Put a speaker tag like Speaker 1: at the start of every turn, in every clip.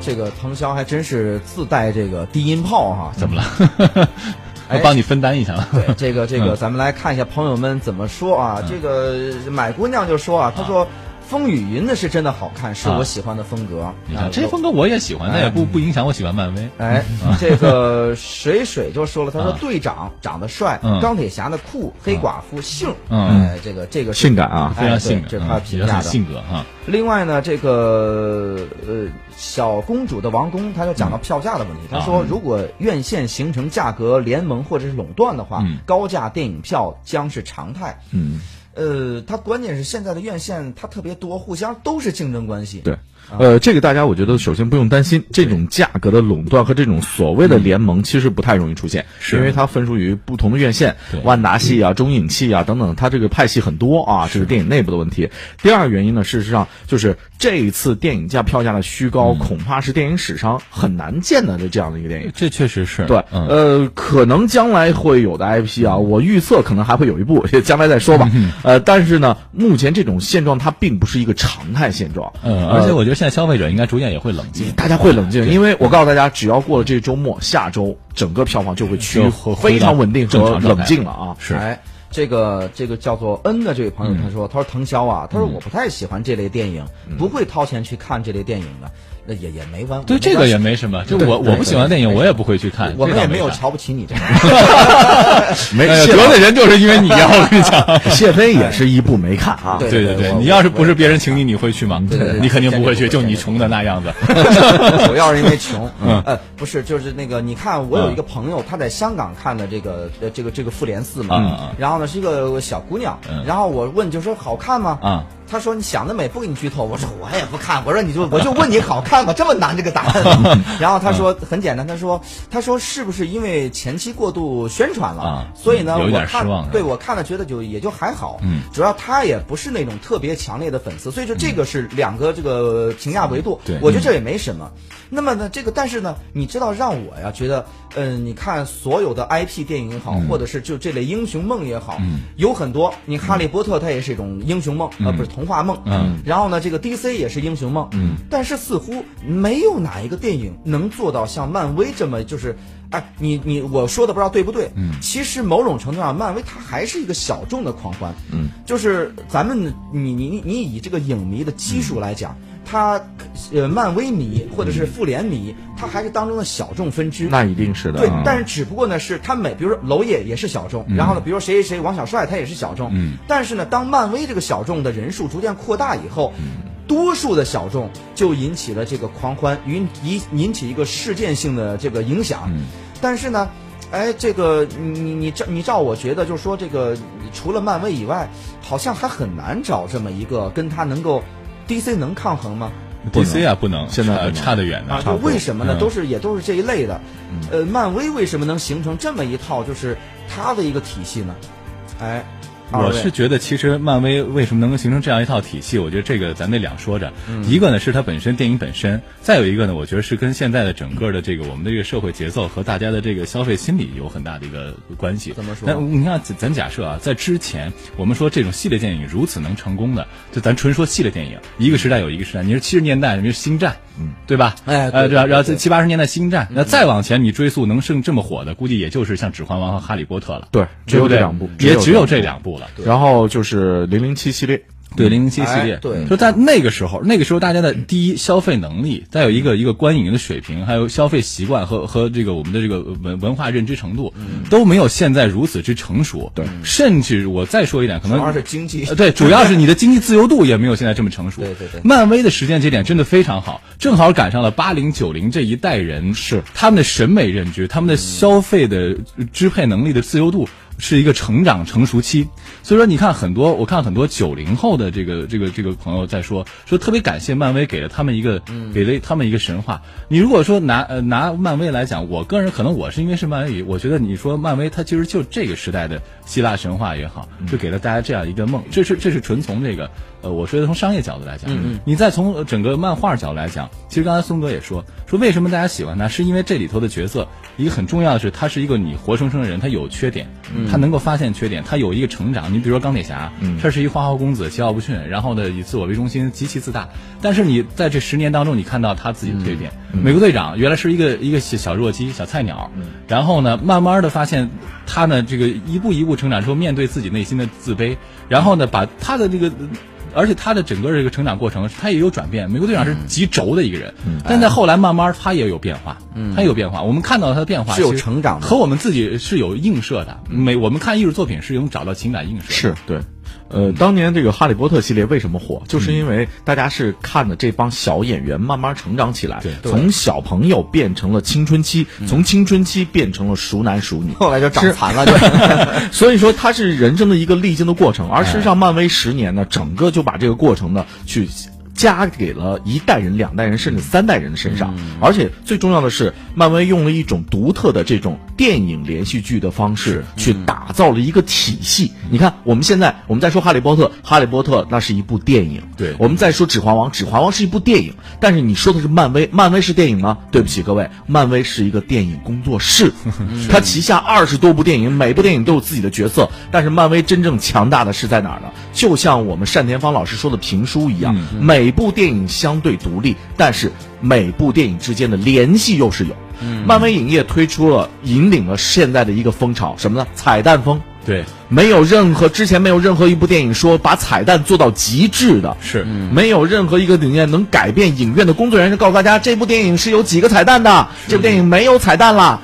Speaker 1: 这个腾霄还真是自带这个低音炮哈、
Speaker 2: 怎么 了？我帮你分担一下吧。
Speaker 1: 对，这个这
Speaker 2: 嗯
Speaker 1: 个，咱们来看一下朋友们怎么说啊。这个买姑娘就说啊，她说。风雨云的是真的好看，是我喜欢的风格。
Speaker 2: 啊
Speaker 1: 啊
Speaker 2: 你看这些风格哎嗯我也喜欢，但也不不影响我喜欢漫威。
Speaker 1: 哎， 这个水水就说了，他说
Speaker 2: 啊
Speaker 1: 队长长得帅，
Speaker 2: 嗯
Speaker 1: 钢铁侠的酷，黑寡妇性，哎，这个这个哎
Speaker 3: 性感啊，
Speaker 2: 非常嗯性感，嗯
Speaker 1: 这是他评价的
Speaker 2: 性格哈。
Speaker 1: 另外呢，这个呃小公主的王宫，他就讲到票价的问题。
Speaker 2: 嗯
Speaker 1: 他说，如果院线形成价格联盟或者是垄断的话，
Speaker 2: 嗯
Speaker 1: 高价电影票将是常态。
Speaker 3: 嗯。
Speaker 1: 呃，它关键是现在的院线它特别多，互相都是竞争关系。
Speaker 3: 对，呃，这个大家我觉得首先不用担心，这种价格的垄断和这种所谓的联盟其实不太容易出现，
Speaker 2: 嗯是
Speaker 3: 因为它分属于不同的院线
Speaker 2: 对，嗯
Speaker 3: 万达系啊、中影系啊等等，它这个派系很多啊，这是电影内部的问题。第二个原因呢，事实上就是这一次电影价票价的虚高，
Speaker 2: 嗯
Speaker 3: 恐怕是电影史上很难见的这这样的一个电影。
Speaker 2: 这确实是
Speaker 3: 对，
Speaker 2: 嗯，
Speaker 3: 呃，可能将来会有的 IP 啊，我预测可能还会有一部， 将来再说吧。
Speaker 2: 嗯
Speaker 3: 呃，但是呢，目前这种现状它并不是一个常态现状。
Speaker 2: 嗯，而且我觉得现在消费者应该逐渐也会冷静，
Speaker 3: 大家会冷静，因为我告诉大家，只要过了这周末，下周整个票房就会趋于
Speaker 2: 就会
Speaker 3: 非常稳定
Speaker 2: 正
Speaker 3: 和
Speaker 2: 常状态
Speaker 3: 冷静了啊。
Speaker 2: 是嗯
Speaker 1: 哎，这个这个叫做 N 的这位朋友他说，他说腾霄啊，他说我不太喜欢这类电影，不会掏钱去看这类电影的，那也也没完。我没
Speaker 2: 对这
Speaker 1: 关
Speaker 2: 个
Speaker 1: 系
Speaker 2: 也没什么，就
Speaker 3: 对
Speaker 2: 我
Speaker 3: 对
Speaker 2: 我不喜欢的电影，我也不会去看。
Speaker 1: 我们
Speaker 2: 这倒
Speaker 1: 也没有
Speaker 2: 啥
Speaker 1: 瞧不起你这个。
Speaker 3: 没
Speaker 2: 哎呀
Speaker 3: 谢
Speaker 2: 得罪人就是因为你呀！我跟你讲，
Speaker 3: 谢飞也呃是一部没看 啊。
Speaker 1: 对
Speaker 2: 对对对，
Speaker 1: 我
Speaker 2: 你要是不是别人请你，你会去吗？
Speaker 1: 对对对
Speaker 2: 你肯定不会
Speaker 1: 肯定
Speaker 2: 去，
Speaker 1: 不
Speaker 2: 就
Speaker 1: 会
Speaker 2: 你穷的那样子。
Speaker 1: 主要是因为 穷，
Speaker 2: 嗯
Speaker 1: 呃，不是，就是那个，你看我有一个朋友，他在香港看的这个呃这个这个复联四
Speaker 2: 嗯
Speaker 1: 嘛
Speaker 2: 嗯，
Speaker 1: 然后呢是一个小姑娘
Speaker 2: 嗯，
Speaker 1: 然后我问就说好看吗？
Speaker 2: 嗯
Speaker 1: 她说你想得美，不给你剧透。我说我也不看，我说你就我就问你好看吗？这么难这个答
Speaker 2: 嗯
Speaker 1: 案。然后她说很简单，她说她说是不是因为前期过度宣传
Speaker 2: 啊
Speaker 1: 了，所以呢
Speaker 2: 有一
Speaker 1: 我
Speaker 2: 点
Speaker 1: 看
Speaker 2: 失望是吧嗯
Speaker 1: 对我看了觉得就也就还好，主要她也不是那种特别强烈的粉丝，所以说这个是两个这个评价维度，
Speaker 2: 对
Speaker 1: 我觉得这也没什么。那么呢，这个但是呢，你知道让我呀觉得，嗯、你看所有的 IP 电影也好，或者是就这类英雄梦也好，有很多。你哈利波特它也是一种英雄梦，呃，不是童话梦。
Speaker 2: 嗯。
Speaker 1: 然后呢，这个 DC 也是英雄梦。嗯。但是似乎没有哪一个电影能做到像漫威这么就是。哎，你你我说的不知道对不对？嗯，其实某种程度上，漫威它还是一个小众的狂欢。嗯，就是咱们你你你你以这个影迷的基数来讲，他呃漫威迷或者是复联迷，他还是当中的小众分支。
Speaker 3: 那一定是的。
Speaker 1: 对
Speaker 3: 啊，
Speaker 1: 但是只不过呢，是他每，比如说娄烨也是小众，然后呢，比如说谁谁谁，王小帅他也是小众，
Speaker 2: 嗯，
Speaker 1: 但是呢，当漫威这个小众的人数逐渐扩大以后，多数的小众就引起了这个狂欢，引引引起一个事件性的这个影响，但是呢。哎，这个你你你照你照我觉得，就是说这个除了漫威以外，好像还很难找这么一个跟他能够，DC 能抗衡吗？
Speaker 3: 不能
Speaker 2: DC 啊，不能，
Speaker 3: 现在不
Speaker 2: 差
Speaker 3: 能
Speaker 2: 差得远
Speaker 1: 啊，
Speaker 2: 的。
Speaker 1: 就为什么呢？
Speaker 2: 嗯
Speaker 1: 都是也都是这一类的。呃，漫威为什么能形成这么一套就是它的一个体系呢？哎，二
Speaker 2: 我
Speaker 1: 位
Speaker 2: 是觉得，其实漫威为什么能够形成这样一套体系？我觉得这个咱得两说着。
Speaker 1: 嗯
Speaker 2: 一个呢是它本身电影本身，再有一个呢，我觉得是跟现在的整个的这个我们的这个社会节奏和大家的这个消费心理有很大的一个关系。
Speaker 1: 怎么说
Speaker 2: 那你看，咱咱假设啊，在之前我们说这种系列电影如此能成功的，就咱纯说系列电影，一个时代有一个时代。你是七十年代，你是《星战》，嗯，对吧？
Speaker 1: 哎对
Speaker 2: 呃，然后
Speaker 1: 对
Speaker 2: 然后
Speaker 1: 对嗯
Speaker 2: 七八十年代《星战》，那再往前你追溯能剩这么火的，估计也就是像《指环王》和《哈利波特》了。
Speaker 3: 对只有这两部
Speaker 2: 对不对也只
Speaker 3: 只有
Speaker 2: 有这
Speaker 3: 这两
Speaker 2: 两部了。
Speaker 3: 然后就是零零七系列，
Speaker 2: 对零零七系列，
Speaker 1: 哎对
Speaker 2: 就在那个时候，那个时候大家的第一消费能力，再有一个一个观影的水平，还有消费习惯和和这个我们的这个文文化认知程度，
Speaker 1: 嗯
Speaker 2: 都没有现在如此之成熟。对，甚至我再说一点，可
Speaker 1: 主要
Speaker 2: 能
Speaker 1: 是经济
Speaker 2: 呃，对，主要是你的经济自由度也没有现在这么成熟。
Speaker 1: 对对对
Speaker 2: 漫威的时间节点真的非常好，正好赶上了八零九零这一代人，
Speaker 3: 是
Speaker 2: 他们的审美认知、他们的
Speaker 1: 嗯
Speaker 2: 消费的支配能力的自由度。是一个成长成熟期，所以说你看很多，我看很多九零后的这个这个这个朋友在说，说特别感谢漫威给了他们一个、
Speaker 1: 嗯
Speaker 2: 给了他们一个神话。你如果说拿呃拿漫威来讲，我个人可能我是因为是漫威迷，我觉得你说漫威它其实就这个时代的希腊神话也好，就给了大家这样一个梦，这是这是纯从这个呃，我说的从商业角度来讲，你再从呃整个漫画角度来讲，其实刚才松哥也说，说为什么大家喜欢他，是因为这里头的角色，一个很重要的是，他是一个你活生生的人，他有缺点，他能够发现缺点，他有一个成长。你比如说钢铁侠，他是一个花花公子，桀骜不驯，然后呢以自我为中心，极其自大。但是你在这十年当中，你看到他自己的蜕变。
Speaker 1: 嗯
Speaker 2: 美国队长原来是一个一个小小弱鸡、小菜鸟，然后呢，慢慢的发现他呢这个一步一步成长之后，面对自己内心的自卑，然后呢把他的这个。而且他的整个这个成长过程，他也有转变。美国队长
Speaker 1: 嗯
Speaker 2: 是极轴的一个人，但
Speaker 1: 哎
Speaker 2: 在后来慢慢他也有变化，他也有变化。我们看到他的变化
Speaker 1: 嗯是有
Speaker 2: 其实
Speaker 1: 成长的嗯
Speaker 2: 和我们自己是有映射的。每我们看艺术作品是能找到情感映射的，
Speaker 3: 是对。呃，当年这个《哈利波特》系列为什么火，就是因为大家是看的这帮小演员慢慢成长起来，
Speaker 2: 对
Speaker 3: 从小朋友变成了青春期，从青春期变成了熟男熟女，
Speaker 1: 后来就长残了， 就
Speaker 3: 所以说它是人生的一个历经的过程，而事实上，漫威十年呢，整个就把这个过程呢去。加给了一代人、两代人，甚至三代人的身上，而且最重要的是，漫威用了一种独特的这种电影连续剧的方式去打造了一个体系。你看，我们现在我们在说《哈利波特》，《哈利波特》那是一部电影，
Speaker 2: 对
Speaker 3: 我们在说《指环王》，《指环王》是一部电影，但是你说的是漫威，漫威是电影吗？对不起各位，漫威是一个电影工作室，它旗下二十多部电影，每部电影都有自己的角色。但是漫威真正强大的是在哪儿呢？就像我们单田芳老师说的评书一样，每部电影相对独立，但是每部电影之间的联系又是有。漫威影业推出了，引领了现在的一个风潮，什么呢？彩蛋风。
Speaker 2: 对，
Speaker 3: 没有任何之前没有任何一部电影说把彩蛋做到极致的，
Speaker 2: 是
Speaker 1: 嗯
Speaker 3: 没有任何一个影院能改变影院的工作人员告诉大家这部电影是有几个彩蛋的，这部电影没有彩蛋啦。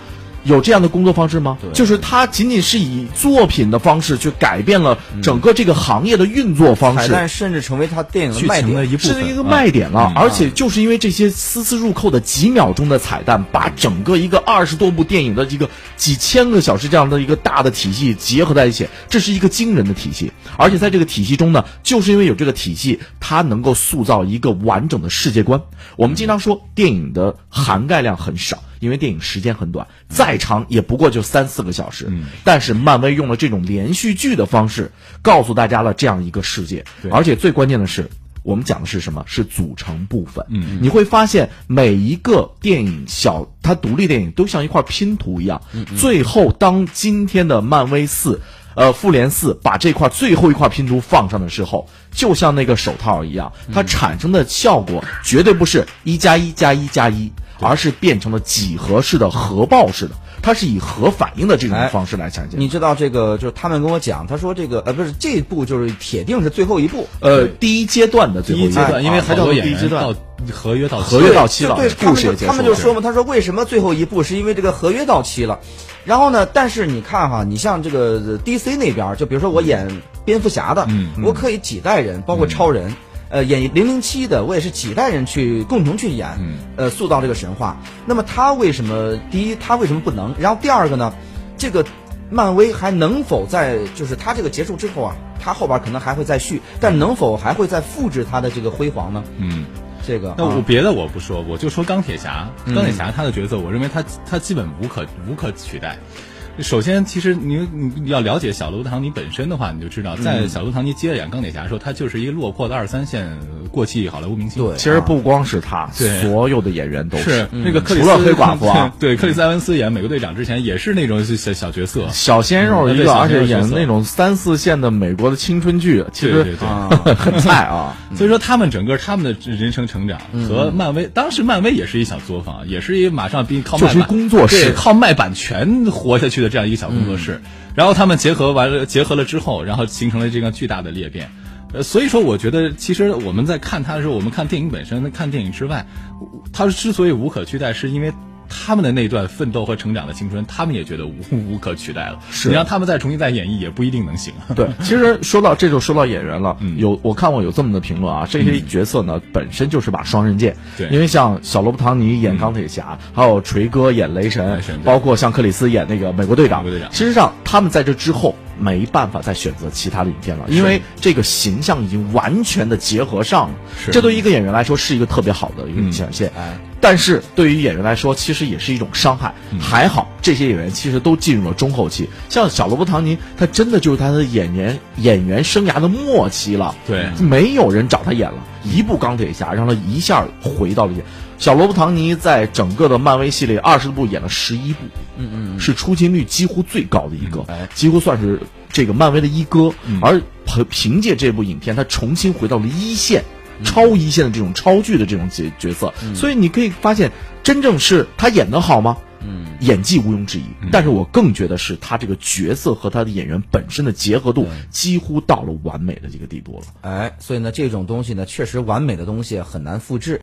Speaker 3: 有这样的工作方式吗？就是它仅仅是以作品的方式去改变了整个这个行业的运作方
Speaker 1: 嗯彩
Speaker 3: 式，
Speaker 1: 蛋甚至成为他电影的
Speaker 2: 剧
Speaker 1: 卖
Speaker 2: 情的
Speaker 1: 点。
Speaker 2: 一部
Speaker 3: 是
Speaker 2: 分，
Speaker 3: 一个
Speaker 2: 啊
Speaker 3: 卖点了。而且就是因为这些丝丝入扣的几秒钟的彩蛋，把整个一个二十多部电影的一个几千个小时这样的一个大的体系结合在一起，这是一个惊人的体系。而且在这个体系中呢，就是因为有这个体系，它能够塑造一个完整的世界观。我们经常说电影的涵盖量很少。因为电影时间很短，
Speaker 2: 嗯
Speaker 3: 再长也不过就三四个小时。但是漫威用了这种连续剧的方式，告诉大家了这样一个世界。而且最关键的是，我们讲的是什么？是组成部分。嗯，你会发现每一个电影小，它独立电影都像一块拼图一样。最后，当今天的漫威四。呃，复联四把这块最后一块拼图放上的时候，就像那个手套一样，它产生的效果绝对不是一加一加一加一，而是变成了几何式的核爆式的，它是以核反应的这种
Speaker 1: 哎
Speaker 3: 方式来产生。
Speaker 1: 你知道这个，就是他们跟我讲，他说这个呃不是这一部就是铁定是最后一部，
Speaker 3: 呃，第一阶段的最
Speaker 2: 第
Speaker 3: 后一
Speaker 2: 一阶段，因为
Speaker 3: 还
Speaker 2: 好多
Speaker 3: 叫做
Speaker 2: 演
Speaker 3: 第一阶
Speaker 2: 员
Speaker 3: 段
Speaker 2: 到。合约到期
Speaker 3: 合约
Speaker 1: 对
Speaker 3: 到期
Speaker 1: 就
Speaker 3: 了
Speaker 1: 对，他
Speaker 3: 故
Speaker 1: 们
Speaker 3: 事
Speaker 1: 就
Speaker 3: 也结束
Speaker 1: 他们就
Speaker 3: 了
Speaker 1: 说嘛，他说为什么最后一部是因为这个合约到期了，然后呢，但是你看哈，你像这个呃 DC 那边儿，就比如说我演蝙蝠侠的，
Speaker 3: 嗯
Speaker 1: 我可以几代人，包括超人。呃，演零零七的，我也是几代人去共同去演，
Speaker 3: 嗯
Speaker 1: 呃，塑造这个神话。那么他为什么第一他为什么不能？然后第二个呢，这个漫威还能否在就是它这个结束之后啊，它后边可能还会再续，但能否还会再复制它的这个辉煌呢？
Speaker 2: 嗯，
Speaker 1: 这个
Speaker 2: 那
Speaker 1: 啊
Speaker 2: 我别的我不说，我就说钢铁侠。
Speaker 3: 嗯
Speaker 2: 钢铁侠他的角色，我认为他他基本无可无可取代。首先，其实你你要了解小罗伯特唐尼本身的话，你就知道，
Speaker 3: 嗯
Speaker 2: 在小罗伯特唐尼接着演钢铁侠的时候，他就是一个落魄的二三线呃过气好莱坞明星。
Speaker 1: 对
Speaker 3: 其实不光是他，
Speaker 2: 啊对
Speaker 3: 所有的演员都
Speaker 2: 是那个克里
Speaker 3: 嗯除
Speaker 2: 斯，
Speaker 3: 了黑寡妇啊
Speaker 2: 对，克里斯埃文斯演美国队长之前也是那种小小角色，
Speaker 3: 小鲜肉一
Speaker 2: 嗯对
Speaker 3: 个，而且
Speaker 2: 小鲜肉
Speaker 3: 演
Speaker 2: 角色
Speaker 3: 那种三四线的美国的青春剧，其
Speaker 2: 对
Speaker 3: 实
Speaker 2: 对对。
Speaker 3: 很菜啊。
Speaker 2: 所以说，他们整个他们的人生成长和漫威，当时漫威也是一小作坊，也是一马上比靠
Speaker 3: 就
Speaker 2: 卖
Speaker 3: 是一
Speaker 2: 版
Speaker 3: 工作室嗯
Speaker 2: 对靠卖版权活下去的这样一个小工作室。然后他们结合完了，结合了之后，然后形成了这个巨大的裂变。呃，所以说，我觉得其实我们在看它的时候，我们看电影本身、看电影之外，它之所以无可取代，是因为。他们的那段奋斗和成长的青春，他们也觉得无无可取代了。
Speaker 3: 是
Speaker 2: 你让他们再重新再演绎，也不一定能行。
Speaker 3: 对，其实说到这就说到演员了，
Speaker 2: 嗯
Speaker 3: 有我看过有这么的评论啊，这些角色呢本身就是把双刃剑，
Speaker 2: 对嗯
Speaker 3: 因为像小罗伯特唐尼演钢铁侠，还有锤哥演雷神
Speaker 2: 雷神，对
Speaker 3: 包括像克里斯演那个美国队长
Speaker 2: 美国队，长
Speaker 3: 其实上他们在这之后没办法再选择其他的影片了，因为这个形象已经完全的结合上了，
Speaker 2: 是
Speaker 3: 这对于一个演员来说是一个特别好的一个
Speaker 2: 嗯
Speaker 3: 显现。
Speaker 1: 哎
Speaker 3: 但是对于演员来说，其实也是一种伤害。
Speaker 2: 嗯
Speaker 3: 还好这些演员其实都进入了中后期，像小罗伯·唐尼，他真的就是他的演员演员生涯的末期了。嗯
Speaker 2: 对
Speaker 3: 没有人找他演了，一部《钢铁侠》让他一下回到了演。小罗伯·唐尼在整个的漫威系列二十部演了十一部，嗯嗯，是出勤率几乎最高的一个，
Speaker 1: 哎
Speaker 3: 几乎算是这个漫威的一哥。而凭凭借这部影片，他重新回到了一线。超一线的这种超巨的这种角角色，所以你可以发现，真正是他演的好吗？嗯，演技毋庸置疑，但是我更觉得是他这个角色和他的演员本身的结合度几乎到了完美的这个地步了。
Speaker 1: 哎，所以呢，这种东西呢，确实完美的东西很难复制。